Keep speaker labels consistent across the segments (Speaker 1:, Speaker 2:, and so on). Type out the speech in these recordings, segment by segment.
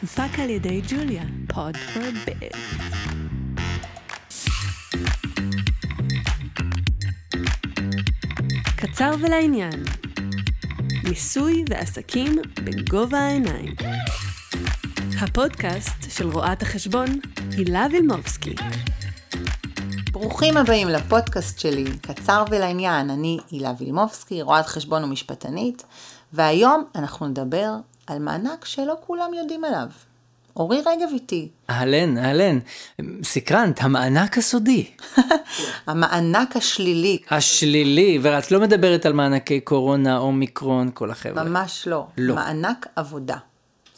Speaker 1: הופק על ידי ג'וליה, פוד פור ביז. קצר ולעניין. מיסוי ועסקים בגובה העיניים. הפודקאסט של רואת החשבון הילה וילמובסקי.
Speaker 2: ברוכים הבאים לפודקאסט שלי, קצר ולעניין, אני הילה וילמובסקי, רואת חשבון ומשפטנית, והיום אנחנו נדבר על מענק שלא כולם יודעים עליו. אורי רגב איתי.
Speaker 3: אהלן, אהלן. סקרנת, המענק הסודי.
Speaker 2: המענק השלילי,
Speaker 3: השלילי, ואת לא מדברת על מענקי קורונה, אומיקרון, כל החבר'ה.
Speaker 2: ממש לא.
Speaker 3: לא.
Speaker 2: מענק עבודה.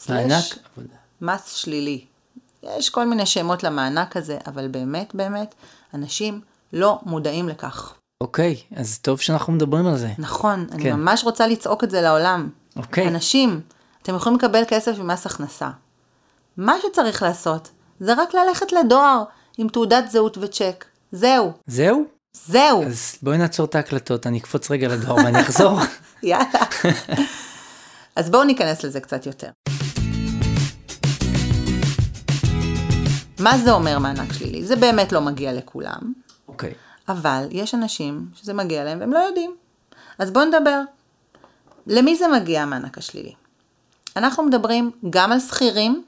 Speaker 3: מענק
Speaker 2: סלש
Speaker 3: עבודה.
Speaker 2: מס שלילי. יש כל מיני שמות למענק הזה, אבל באמת באמת, אנשים לא מודעים לכך.
Speaker 3: אוקיי, אז טוב שאנחנו מדברים על זה.
Speaker 2: נכון, אני
Speaker 3: כן.
Speaker 2: ממש רוצה לצעוק את זה לעולם.
Speaker 3: אוקיי.
Speaker 2: אנשים, אתם יכולים לקבל כסף ממס הכנסה. מה שצריך לעשות, זה רק ללכת לדואר עם תעודת זהות וצ'ק. זהו,
Speaker 3: זהו?
Speaker 2: זהו.
Speaker 3: אז בואי נעצור את ההקלטות, אני אקפוץ רגע לדואר ואני אחזור.
Speaker 2: יאללה. אז בואו ניכנס לזה קצת יותר. מה זה אומר מענק שלילי? זה באמת לא מגיע לכולם,
Speaker 3: אוקיי.
Speaker 2: אבל יש אנשים שזה מגיע להם והם לא יודעים. אז בואו נדבר. למי זה מגיע המענק השלילי? אנחנו מדברים גם על שכירים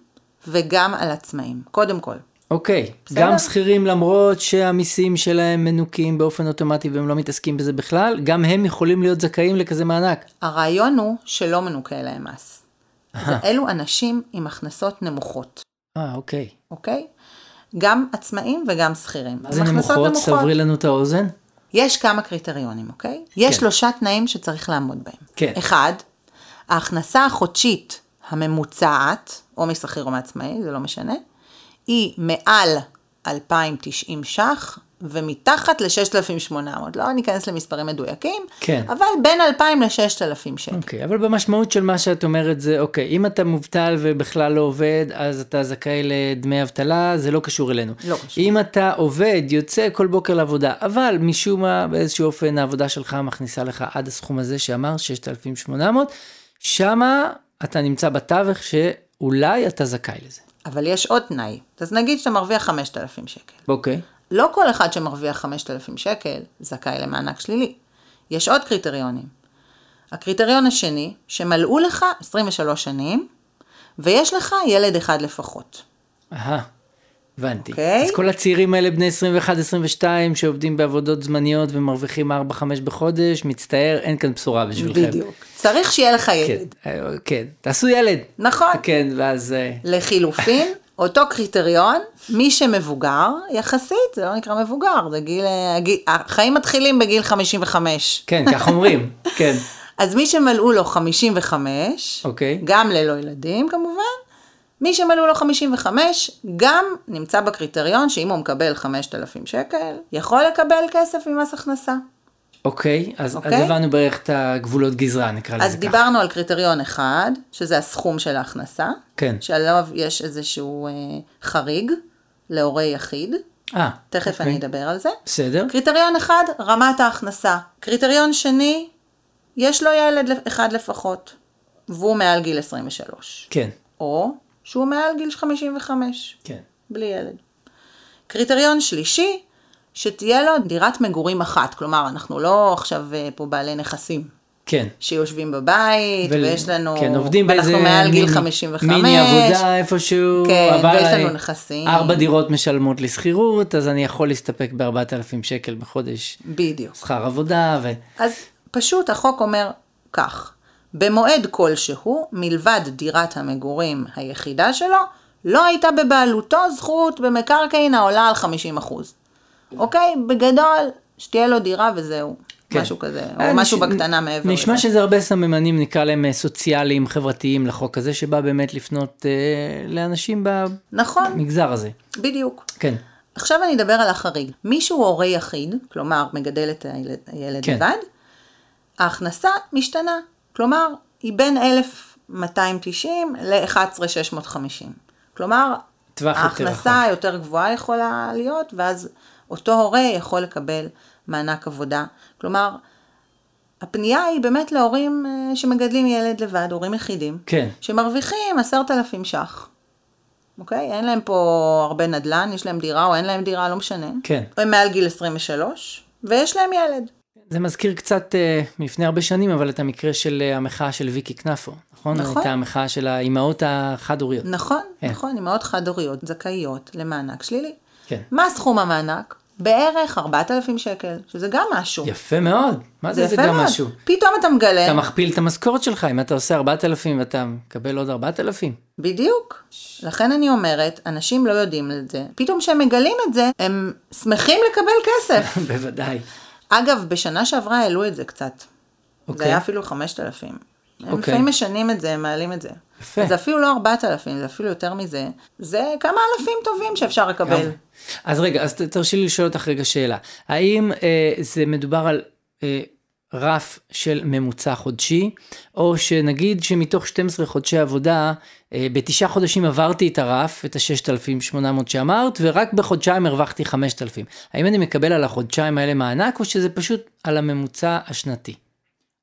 Speaker 2: וגם על עצמאים, קודם כל.
Speaker 3: אוקיי,
Speaker 2: בסדר.
Speaker 3: גם שכירים למרות שהמיסים שלהם מנוכים באופן אוטומטי והם לא מתעסקים בזה בכלל, גם הם יכולים להיות זכאים לכזה מענק.
Speaker 2: הרעיון הוא שלא מנוכה להם מס. זה אלו אנשים עם הכנסות נמוכות.
Speaker 3: אה, אוקיי.
Speaker 2: אוקיי? גם עצמאים וגם שכירים.
Speaker 3: מה זה
Speaker 2: עם הכנסות
Speaker 3: נמוכות? סברי לנו את האוזן.
Speaker 2: יש כמה קריטריונים, אוקיי? יש
Speaker 3: כן.
Speaker 2: שלושה תנאים שצריך לעמוד בהם.
Speaker 3: כן.
Speaker 2: אחד, ההכנסה החודשית הממוצעת, או משכיר או מעצמאי, זה לא משנה, היא מעל 2,090 ש"ח ומתחת ל-6,800. לא ניכנס למספרים מדויקים,
Speaker 3: כן.
Speaker 2: אבל בין 2,000 ל-6,000 שקל.
Speaker 3: אוקיי, אבל במשמעות של מה שאת אומרת זה, אוקיי, אם אתה מובטל ובכלל לא עובד, אז אתה זכאי לדמי אבטלה, זה לא קשור אלינו.
Speaker 2: לא קשור.
Speaker 3: אם אתה עובד, יוצא כל בוקר לעבודה, אבל משום מה, באיזשהו אופן, העבודה שלך מכניסה לך עד הסכום הזה שאמר, 6,800, שמה אתה נמצא בתווך שאולי אתה זכאי לזה.
Speaker 2: אבל יש עוד תנאי. אז נגיד שאתה מרוויח 5,000 שקל.
Speaker 3: אוקיי.
Speaker 2: לא כל אחד שמרוויח 5,000 שקל זכאי למענק שלילי. יש עוד קריטריונים. הקריטריון השני, שמלאו לך 23 שנים, ויש לך ילד אחד לפחות.
Speaker 3: אהה, הבנתי.
Speaker 2: אוקיי.
Speaker 3: אז כל הצעירים האלה בני 21-22 שעובדים בעבודות זמניות ומרוויחים 4-5 בחודש, מצטער, אין כאן בשורה בשבילכם.
Speaker 2: צריך שיהיה לך
Speaker 3: כן,
Speaker 2: ילד.
Speaker 3: אה, כן, תעשו ילד.
Speaker 2: נכון.
Speaker 3: כן, ואז... אה,
Speaker 2: לחילופין, אותו קריטריון, מי שמבוגר, יחסית, זה לא נקרא מבוגר, זה גיל... אה, גיל- החיים מתחילים בגיל 55.
Speaker 3: כן, כך אומרים, כן.
Speaker 2: אז מי שמלאו לו 55,
Speaker 3: אוקיי.
Speaker 2: גם ללא ילדים כמובן, מי שמלאו לו 55, גם נמצא בקריטריון שאם הוא מקבל 5,000 שקל, יכול לקבל כסף ממס הכנסה.
Speaker 3: אוקיי, אז אז
Speaker 2: אוקיי.
Speaker 3: הבנו בערך את הגבולות גזרה, נקרא לזה ככה.
Speaker 2: אז דיברנו על קריטריון אחד, שזה הסכום של ההכנסה,
Speaker 3: כן.
Speaker 2: שעליו יש איזשהו אה, חריג להורה יחיד,
Speaker 3: אה,
Speaker 2: תכף
Speaker 3: אוקיי.
Speaker 2: אני אדבר על זה.
Speaker 3: בסדר.
Speaker 2: קריטריון אחד, רמת ההכנסה. קריטריון שני, יש לו ילד אחד לפחות, והוא מעל גיל 23,
Speaker 3: כן,
Speaker 2: או שהוא מעל גיל 55.
Speaker 3: כן.
Speaker 2: בלי ילד. קריטריון שלישי, שתהיה לו דירת מגורים אחת, כלומר, אנחנו לא עכשיו אה, פה בעלי נכסים
Speaker 3: כן.
Speaker 2: שיושבים בבית,
Speaker 3: ול-
Speaker 2: ויש לנו,
Speaker 3: כן, עובדים
Speaker 2: ואנחנו
Speaker 3: באיזה
Speaker 2: מעל גיל
Speaker 3: מיני-
Speaker 2: 55,
Speaker 3: מיני עבודה איפשהו,
Speaker 2: כן,
Speaker 3: אבל
Speaker 2: ויש לנו
Speaker 3: אני-
Speaker 2: נכסים.
Speaker 3: ארבע דירות משלמות לשכירות, אז אני יכול להסתפק ב-4,000 שקל בחודש
Speaker 2: בדיוק.
Speaker 3: שכר עבודה, ו...
Speaker 2: אז פשוט החוק אומר כך, במועד כלשהו, מלבד דירת המגורים היחידה שלו, לא הייתה בבעלותו זכות במקרקעין העולה על 50%. אוקיי? בגדול, שתהיה לו דירה וזהו.
Speaker 3: כן.
Speaker 2: משהו כזה,
Speaker 3: אה,
Speaker 2: או משהו
Speaker 3: נש-
Speaker 2: בקטנה מעבר לזה.
Speaker 3: נשמע שזה הרבה סממנים, נקרא להם אה, סוציאליים, חברתיים לחוק הזה, שבא באמת לפנות אה, לאנשים
Speaker 2: נכון,
Speaker 3: במגזר הזה.
Speaker 2: בדיוק.
Speaker 3: כן,
Speaker 2: עכשיו אני אדבר על החריג. מישהו הורה יחיד, כלומר מגדל את הילד, הילד
Speaker 3: כן.
Speaker 2: לבד, ההכנסה משתנה. כלומר, היא בין 1,290 ל-11,650. כלומר,
Speaker 3: טווח יותר
Speaker 2: ההכנסה
Speaker 3: רחב.
Speaker 2: היותר גבוהה יכולה להיות, ואז אותו הורה יכול לקבל מענק עבודה. כלומר, הפנייה היא באמת להורים אה, שמגדלים ילד לבד, הורים יחידים,
Speaker 3: כן.
Speaker 2: שמרוויחים 10,000 ש"ח. אוקיי? אין להם פה הרבה נדל"ן, יש להם דירה או אין להם דירה, לא משנה.
Speaker 3: כן.
Speaker 2: הם מעל גיל 23, ויש להם ילד.
Speaker 3: זה מזכיר קצת אה, מלפני הרבה שנים, אבל את המקרה של אה, המחאה של ויקי קנפו, נכון?
Speaker 2: נכון.
Speaker 3: הייתה המחאה של האימהות החד-הוריות.
Speaker 2: נכון,
Speaker 3: כן.
Speaker 2: נכון, אמהות חד-הוריות זכאיות למענק שלילי.
Speaker 3: כן.
Speaker 2: מה סכום המענק? בערך 4,000 שקל, שזה גם משהו.
Speaker 3: יפה מאוד, מה זה זה
Speaker 2: יפה
Speaker 3: גם
Speaker 2: מאוד.
Speaker 3: משהו?
Speaker 2: פתאום אתה מגלה,
Speaker 3: אתה מכפיל את המשכורת שלך, אם אתה עושה 4,000 ואתה מקבל עוד 4,000.
Speaker 2: בדיוק. לכן אני אומרת, אנשים לא יודעים את זה. פתאום כשהם מגלים את זה, הם שמחים לקבל כסף.
Speaker 3: בוודאי.
Speaker 2: אגב, בשנה שעברה העלו את זה קצת. זה
Speaker 3: אוקיי.
Speaker 2: היה אפילו 5,000. הם
Speaker 3: אוקיי.
Speaker 2: לפעמים משנים את זה, הם מעלים את זה.
Speaker 3: יפה.
Speaker 2: זה אפילו לא 4,000, זה אפילו יותר מזה. זה כמה אלפים טובים שאפשר לקבל.
Speaker 3: אז רגע, אז ת- תרשי לי לשאול אותך רגע שאלה. האם אה, זה מדובר על אה, רף של ממוצע חודשי, או שנגיד שמתוך 12 חודשי עבודה, אה, בתשעה חודשים עברתי את הרף, את ה-6,800 שאמרת, ורק בחודשיים הרווחתי 5,000. האם אני מקבל על החודשיים האלה מענק, או שזה פשוט על הממוצע השנתי?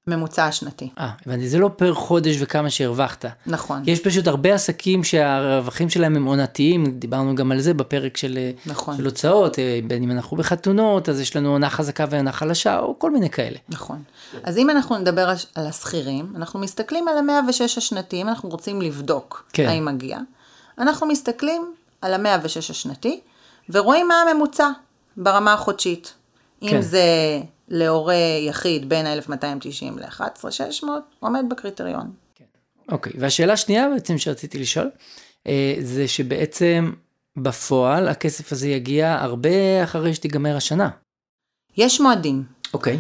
Speaker 2: ממוצע השנתי.
Speaker 3: אה, הבנתי, זה לא פר חודש וכמה שהרווחת.
Speaker 2: נכון.
Speaker 3: יש פשוט הרבה עסקים שהרווחים שלהם הם עונתיים, דיברנו גם על זה בפרק של, אה,
Speaker 2: נכון.
Speaker 3: של הוצאות, אה, בין אם אנחנו בחתונות, אז יש לנו עונה חזקה ועונה חלשה, או כל מיני כאלה.
Speaker 2: נכון. אז אם אנחנו נדבר על- על השכירים, אנחנו מסתכלים על ה-106 השנתי, אם אנחנו רוצים לבדוק
Speaker 3: כן.
Speaker 2: כן. האם מגיע, אנחנו מסתכלים על ה-106 השנתי, ורואים מה הממוצע ברמה החודשית. אם
Speaker 3: כן.
Speaker 2: זה להורה יחיד בין 1,290 ל-11,600, עומד בקריטריון.
Speaker 3: אוקיי, והשאלה השנייה בעצם שרציתי לשאול, אה, זה שבעצם בפועל הכסף הזה יגיע הרבה אחרי שתיגמר השנה.
Speaker 2: יש מועדים.
Speaker 3: אוקיי.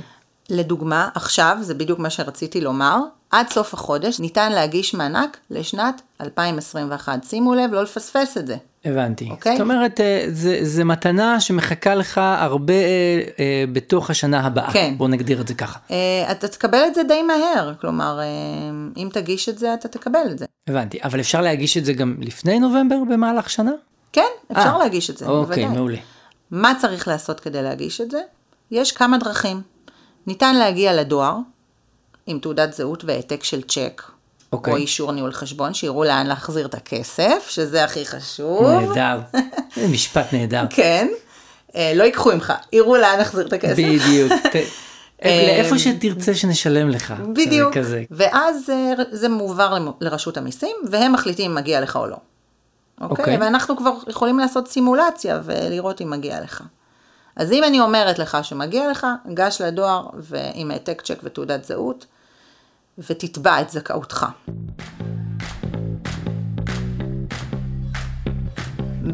Speaker 2: לדוגמה, עכשיו, זה בדיוק מה שרציתי לומר, עד סוף החודש ניתן להגיש מענק לשנת 2021. שימו לב, לא לפספס את זה.
Speaker 3: הבנתי.
Speaker 2: אוקיי.
Speaker 3: זאת אומרת, אה, זה, זה מתנה שמחכה לך הרבה אה, אה, בתוך השנה הבאה.
Speaker 2: כן.
Speaker 3: בוא נגדיר את זה ככה.
Speaker 2: אה, אתה תקבל את זה די מהר, כלומר, אה, אם תגיש את זה, אתה תקבל את זה.
Speaker 3: הבנתי, אבל אפשר להגיש את זה גם לפני נובמבר במהלך שנה?
Speaker 2: כן, אפשר
Speaker 3: אה,
Speaker 2: להגיש את זה,
Speaker 3: אוקיי,
Speaker 2: בוודאי.
Speaker 3: מעולה.
Speaker 2: מה צריך לעשות כדי להגיש את זה? יש כמה דרכים. ניתן להגיע לדואר, עם תעודת זהות והעתק של צ'ק,
Speaker 3: אוקיי.
Speaker 2: או אישור ניהול חשבון, שיראו לאן להחזיר את הכסף, שזה הכי חשוב.
Speaker 3: נהדר. זה משפט נהדר.
Speaker 2: כן. אה, לא ייקחו ממך, יראו לאן להחזיר את הכסף.
Speaker 3: בדיוק. ת- לאיפה שתרצה שנשלם לך.
Speaker 2: בדיוק.
Speaker 3: זה כזה.
Speaker 2: ואז אה, זה מועבר למ- לרשות המיסים, והם מחליטים אם מגיע לך או לא. אוקיי?
Speaker 3: אוקיי.
Speaker 2: Okay. ואנחנו כבר יכולים לעשות סימולציה ולראות אם מגיע לך. אז אם אני אומרת לך שמגיע לך, גש לדואר ועם העתק צ'ק ותעודת זהות, ותתבע את זכאותך.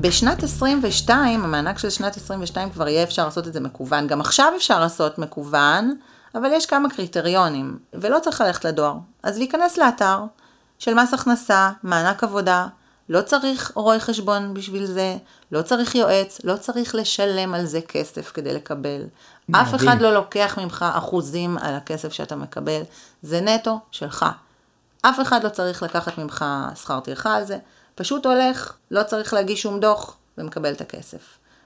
Speaker 2: בשנת 22, המענק של שנת 22 כבר יהיה אפשר לעשות את זה מקוון, גם עכשיו אפשר לעשות מקוון, אבל יש כמה קריטריונים, ולא צריך ללכת לדואר. אז להיכנס לאתר של מס הכנסה, מענק עבודה, לא צריך רואה חשבון בשביל זה, לא צריך יועץ, לא צריך לשלם על זה כסף כדי לקבל. אף
Speaker 3: מדהים.
Speaker 2: אחד לא לוקח ממך אחוזים על הכסף שאתה מקבל, זה נטו שלך. אף אחד לא צריך לקחת ממך שכר טרחה על זה, פשוט הולך, לא צריך להגיש שום דוח ומקבל את הכסף.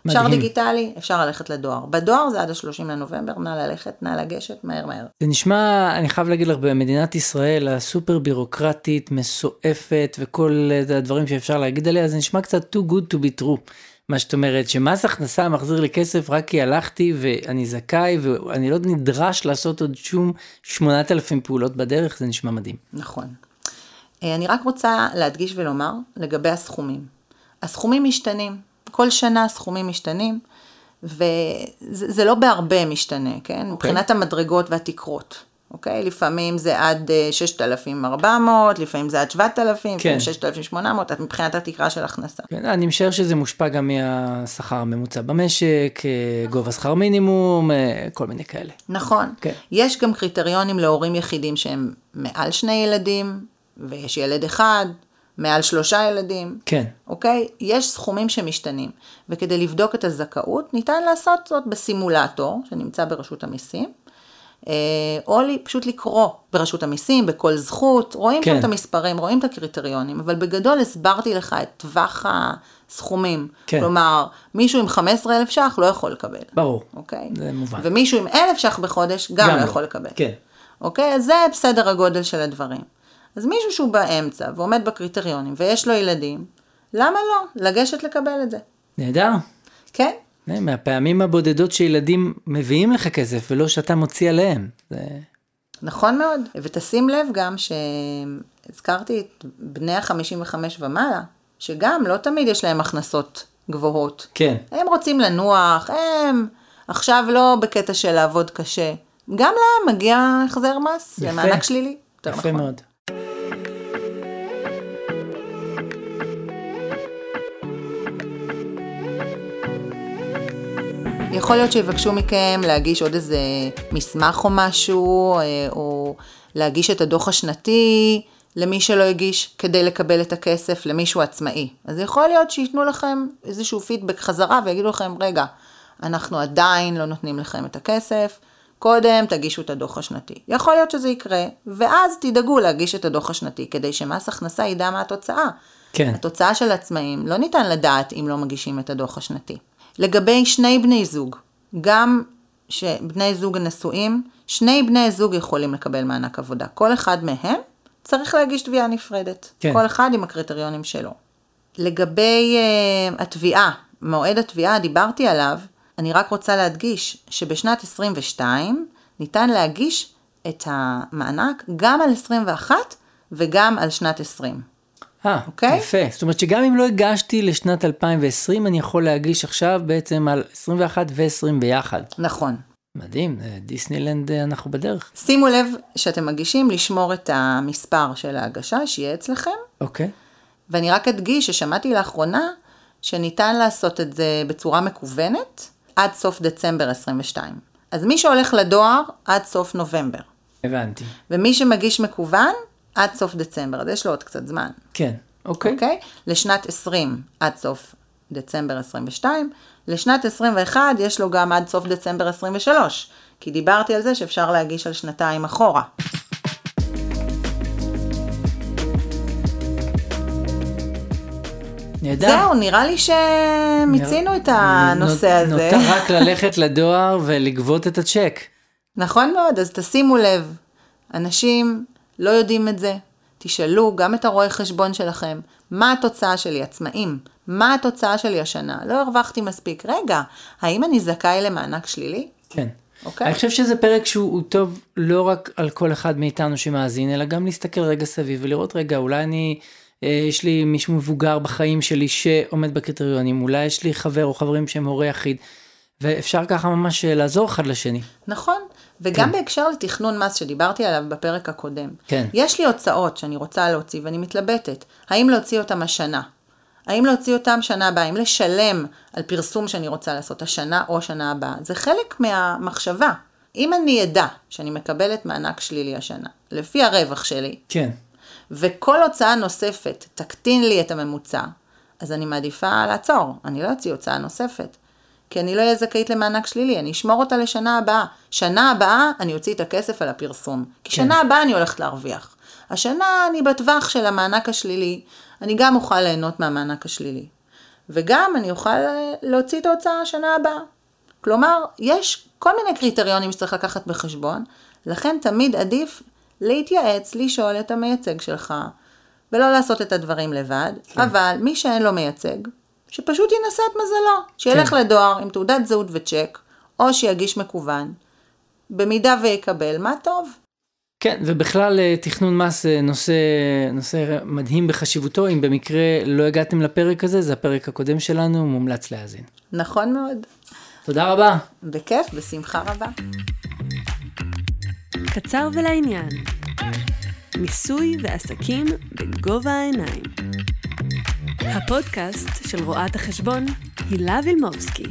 Speaker 3: מדהים.
Speaker 2: אפשר דיגיטלי, אפשר ללכת לדואר. בדואר זה עד ה-30 לנובמבר, נא ללכת, נא לגשת, מהר מהר.
Speaker 3: זה נשמע, אני חייב להגיד לך, במדינת ישראל הסופר בירוקרטית, מסועפת וכל אה, הדברים שאפשר להגיד עליה, זה נשמע קצת too good to be true. מה שאת אומרת, שמס הכנסה מחזיר לי כסף רק כי הלכתי ואני זכאי ואני לא נדרש לעשות עוד שום 8,000 פעולות בדרך, זה נשמע מדהים.
Speaker 2: נכון. אה, אני רק רוצה להדגיש ולומר לגבי הסכומים. הסכומים משתנים, כל שנה הסכומים משתנים, וזה זה לא בהרבה משתנה, כן? Okay. מבחינת המדרגות והתקרות, אוקיי? לפעמים זה עד אה, 6,400, לפעמים זה עד 7,000, לפעמים 6,800, את- מבחינת התקרה של הכנסה.
Speaker 3: כן, אני משער שזה מושפע גם מהשכר הממוצע במשק, אה, גובה שכר מינימום, אה, כל מיני כאלה.
Speaker 2: נכון.
Speaker 3: כן.
Speaker 2: יש גם קריטריונים להורים יחידים שהם מעל שני ילדים, ויש ילד אחד, מעל שלושה ילדים.
Speaker 3: כן.
Speaker 2: אוקיי? יש סכומים שמשתנים, וכדי לבדוק את הזכאות, ניתן לעשות זאת בסימולטור שנמצא ברשות המיסים, אה, או לי, פשוט לקרוא ברשות המיסים, בכל זכות, רואים
Speaker 3: כן.
Speaker 2: כן. את המספרים, רואים את הקריטריונים, אבל בגדול הסברתי לך את טווח הסכומים.
Speaker 3: כן.
Speaker 2: כלומר, מישהו עם 15,000 ש"ח לא יכול לקבל.
Speaker 3: ברור.
Speaker 2: אוקיי?
Speaker 3: זה מובן.
Speaker 2: ומישהו עם 1,000 ש"ח בחודש גם,
Speaker 3: גם
Speaker 2: לא
Speaker 3: לא.
Speaker 2: יכול לקבל.
Speaker 3: כן.
Speaker 2: אוקיי? אז זה סדר הגודל של הדברים. אז מישהו שהוא באמצע ועומד בקריטריונים ויש לו ילדים, למה לא? לגשת לקבל את זה.
Speaker 3: נהדר.
Speaker 2: כן?
Speaker 3: אה, מהפעמים הבודדות שילדים מביאים לך כסף ולא שאתה מוציא עליהם. זה...
Speaker 2: נכון מאוד. ותשים לב גם שהזכרתי את בני ה-55 ומעלה, שגם לא תמיד יש להם הכנסות גבוהות.
Speaker 3: כן.
Speaker 2: הם רוצים לנוח, הם עכשיו לא בקטע של לעבוד קשה. גם להם מגיע החזר מס, זה
Speaker 3: יפה.
Speaker 2: מענק שלילי. יותר
Speaker 3: יפה
Speaker 2: נכון.
Speaker 3: מאוד.
Speaker 2: יכול להיות שיבקשו מכם להגיש עוד איזה מסמך או משהו, אה, או להגיש את הדוח השנתי למי שלא הגיש כדי לקבל את הכסף, למישהו עצמאי. אז יכול להיות שייתנו לכם איזשהו פידבק חזרה ויגידו לכם, רגע, אנחנו עדיין לא נותנים לכם את הכסף, קודם תגישו את הדוח השנתי. יכול להיות שזה יקרה, ואז תדאגו להגיש את הדוח השנתי, כדי שמס הכנסה ידע מה התוצאה.
Speaker 3: כן.
Speaker 2: התוצאה של עצמאים לא ניתן לדעת אם לא מגישים את הדוח השנתי. לגבי שני בני זוג, גם שבני זוג נשואים, שני בני זוג יכולים לקבל מענק עבודה. כל אחד מהם צריך להגיש תביעה נפרדת.
Speaker 3: כן.
Speaker 2: כל אחד עם הקריטריונים שלו. לגבי uh, התביעה, מועד התביעה, דיברתי עליו, אני רק רוצה להדגיש שבשנת 22 ניתן להגיש את המענק גם על 21 וגם על שנת 20.
Speaker 3: אה,
Speaker 2: אוקיי?
Speaker 3: יפה. זאת אומרת שגם אם לא הגשתי לשנת 2020, אני יכול להגיש עכשיו בעצם על 21 ו-20 ביחד.
Speaker 2: נכון.
Speaker 3: מדהים, אה, דיסנילנד אה, אנחנו בדרך.
Speaker 2: שימו לב שאתם מגישים לשמור את המספר של ההגשה שיהיה אצלכם,
Speaker 3: אוקיי.
Speaker 2: ואני רק אדגיש ששמעתי לאחרונה שניתן לעשות את זה בצורה מקוונת עד סוף דצמבר 22. אז מי שהולך לדואר עד סוף נובמבר,
Speaker 3: הבנתי.
Speaker 2: ומי שמגיש מקוון עד סוף דצמבר, אז יש לו עוד קצת זמן,
Speaker 3: כן. אוקיי.
Speaker 2: אוקיי? Okay? לשנת 20 עד סוף דצמבר 22, לשנת 21 יש לו גם עד סוף דצמבר 23, כי דיברתי על זה שאפשר להגיש על שנתיים אחורה.
Speaker 3: נהדר.
Speaker 2: זהו, נראה לי שמיצינו את הנושא
Speaker 3: נות-
Speaker 2: הזה.
Speaker 3: נותר רק ללכת לדואר ולגבות את הצ'ק.
Speaker 2: נכון מאוד, אז תשימו לב, אנשים לא יודעים את זה. תשאלו גם את הרואה חשבון שלכם, מה התוצאה שלי, עצמאים, מה התוצאה שלי השנה, לא הרווחתי מספיק. רגע, האם אני זכאי למענק שלילי?
Speaker 3: כן.
Speaker 2: אוקיי.
Speaker 3: אני חושב שזה פרק שהוא הוא טוב לא רק על כל אחד מאיתנו שמאזין, אלא גם להסתכל רגע סביב ולראות רגע, אולי אני, אה, יש לי מישהו מבוגר בחיים שלי שעומד בקריטריונים, אולי יש לי חבר או חברים שהם הורה יחיד, ואפשר ככה ממש אה, לעזור אחד לשני.
Speaker 2: נכון, וגם בהקשר לתכנון מס שדיברתי עליו בפרק הקודם.
Speaker 3: כן.
Speaker 2: יש לי הוצאות שאני רוצה להוציא ואני מתלבטת, האם להוציא אותן השנה? האם להוציא אותם שנה הבאה? האם לשלם על פרסום שאני רוצה לעשות השנה או שנה הבאה? זה חלק מהמחשבה. אם אני אדע שאני מקבלת מענק שלילי השנה, לפי הרווח שלי,
Speaker 3: כן.
Speaker 2: וכל הוצאה נוספת תקטין לי את הממוצע, אז אני מעדיפה לעצור, אני לא אוציא הוצאה נוספת. כי אני לא אהיה זכאית למענק שלילי, אני אשמור אותה לשנה הבאה. שנה הבאה אני אוציא את הכסף על הפרסום. כי
Speaker 3: כן.
Speaker 2: שנה הבאה אני הולכת להרוויח. השנה אני בטווח של המענק השלילי, אני גם אוכל ליהנות מהמענק השלילי. וגם אני אוכל אה, להוציא את ההוצאה שנה הבאה. כלומר, יש כל מיני קריטריונים שצריך לקחת בחשבון, לכן תמיד עדיף להתייעץ, לשאול את המייצג שלך, ולא לעשות את הדברים לבד, כן. אבל מי שאין לו מייצג, שפשוט ינסה את מזלו, שילך
Speaker 3: כן.
Speaker 2: כן. לדואר עם תעודת זהות וצ'ק, או שיגיש מקוון, במידה ויקבל, מה טוב.
Speaker 3: כן, ובכלל אה, תכנון מס אה, נושא, נושא מדהים בחשיבותו, אם במקרה לא הגעתם לפרק הזה, זה הפרק הקודם שלנו, מומלץ להאזין.
Speaker 2: נכון מאוד.
Speaker 3: תודה רבה.
Speaker 2: בכיף, בשמחה רבה.
Speaker 1: קצר ולעניין. מיסוי ועסקים בגובה העיניים. הפודקאסט של רואת החשבון הילה וילמובסקי.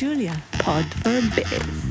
Speaker 1: ג'וליה, פוד פור ביז.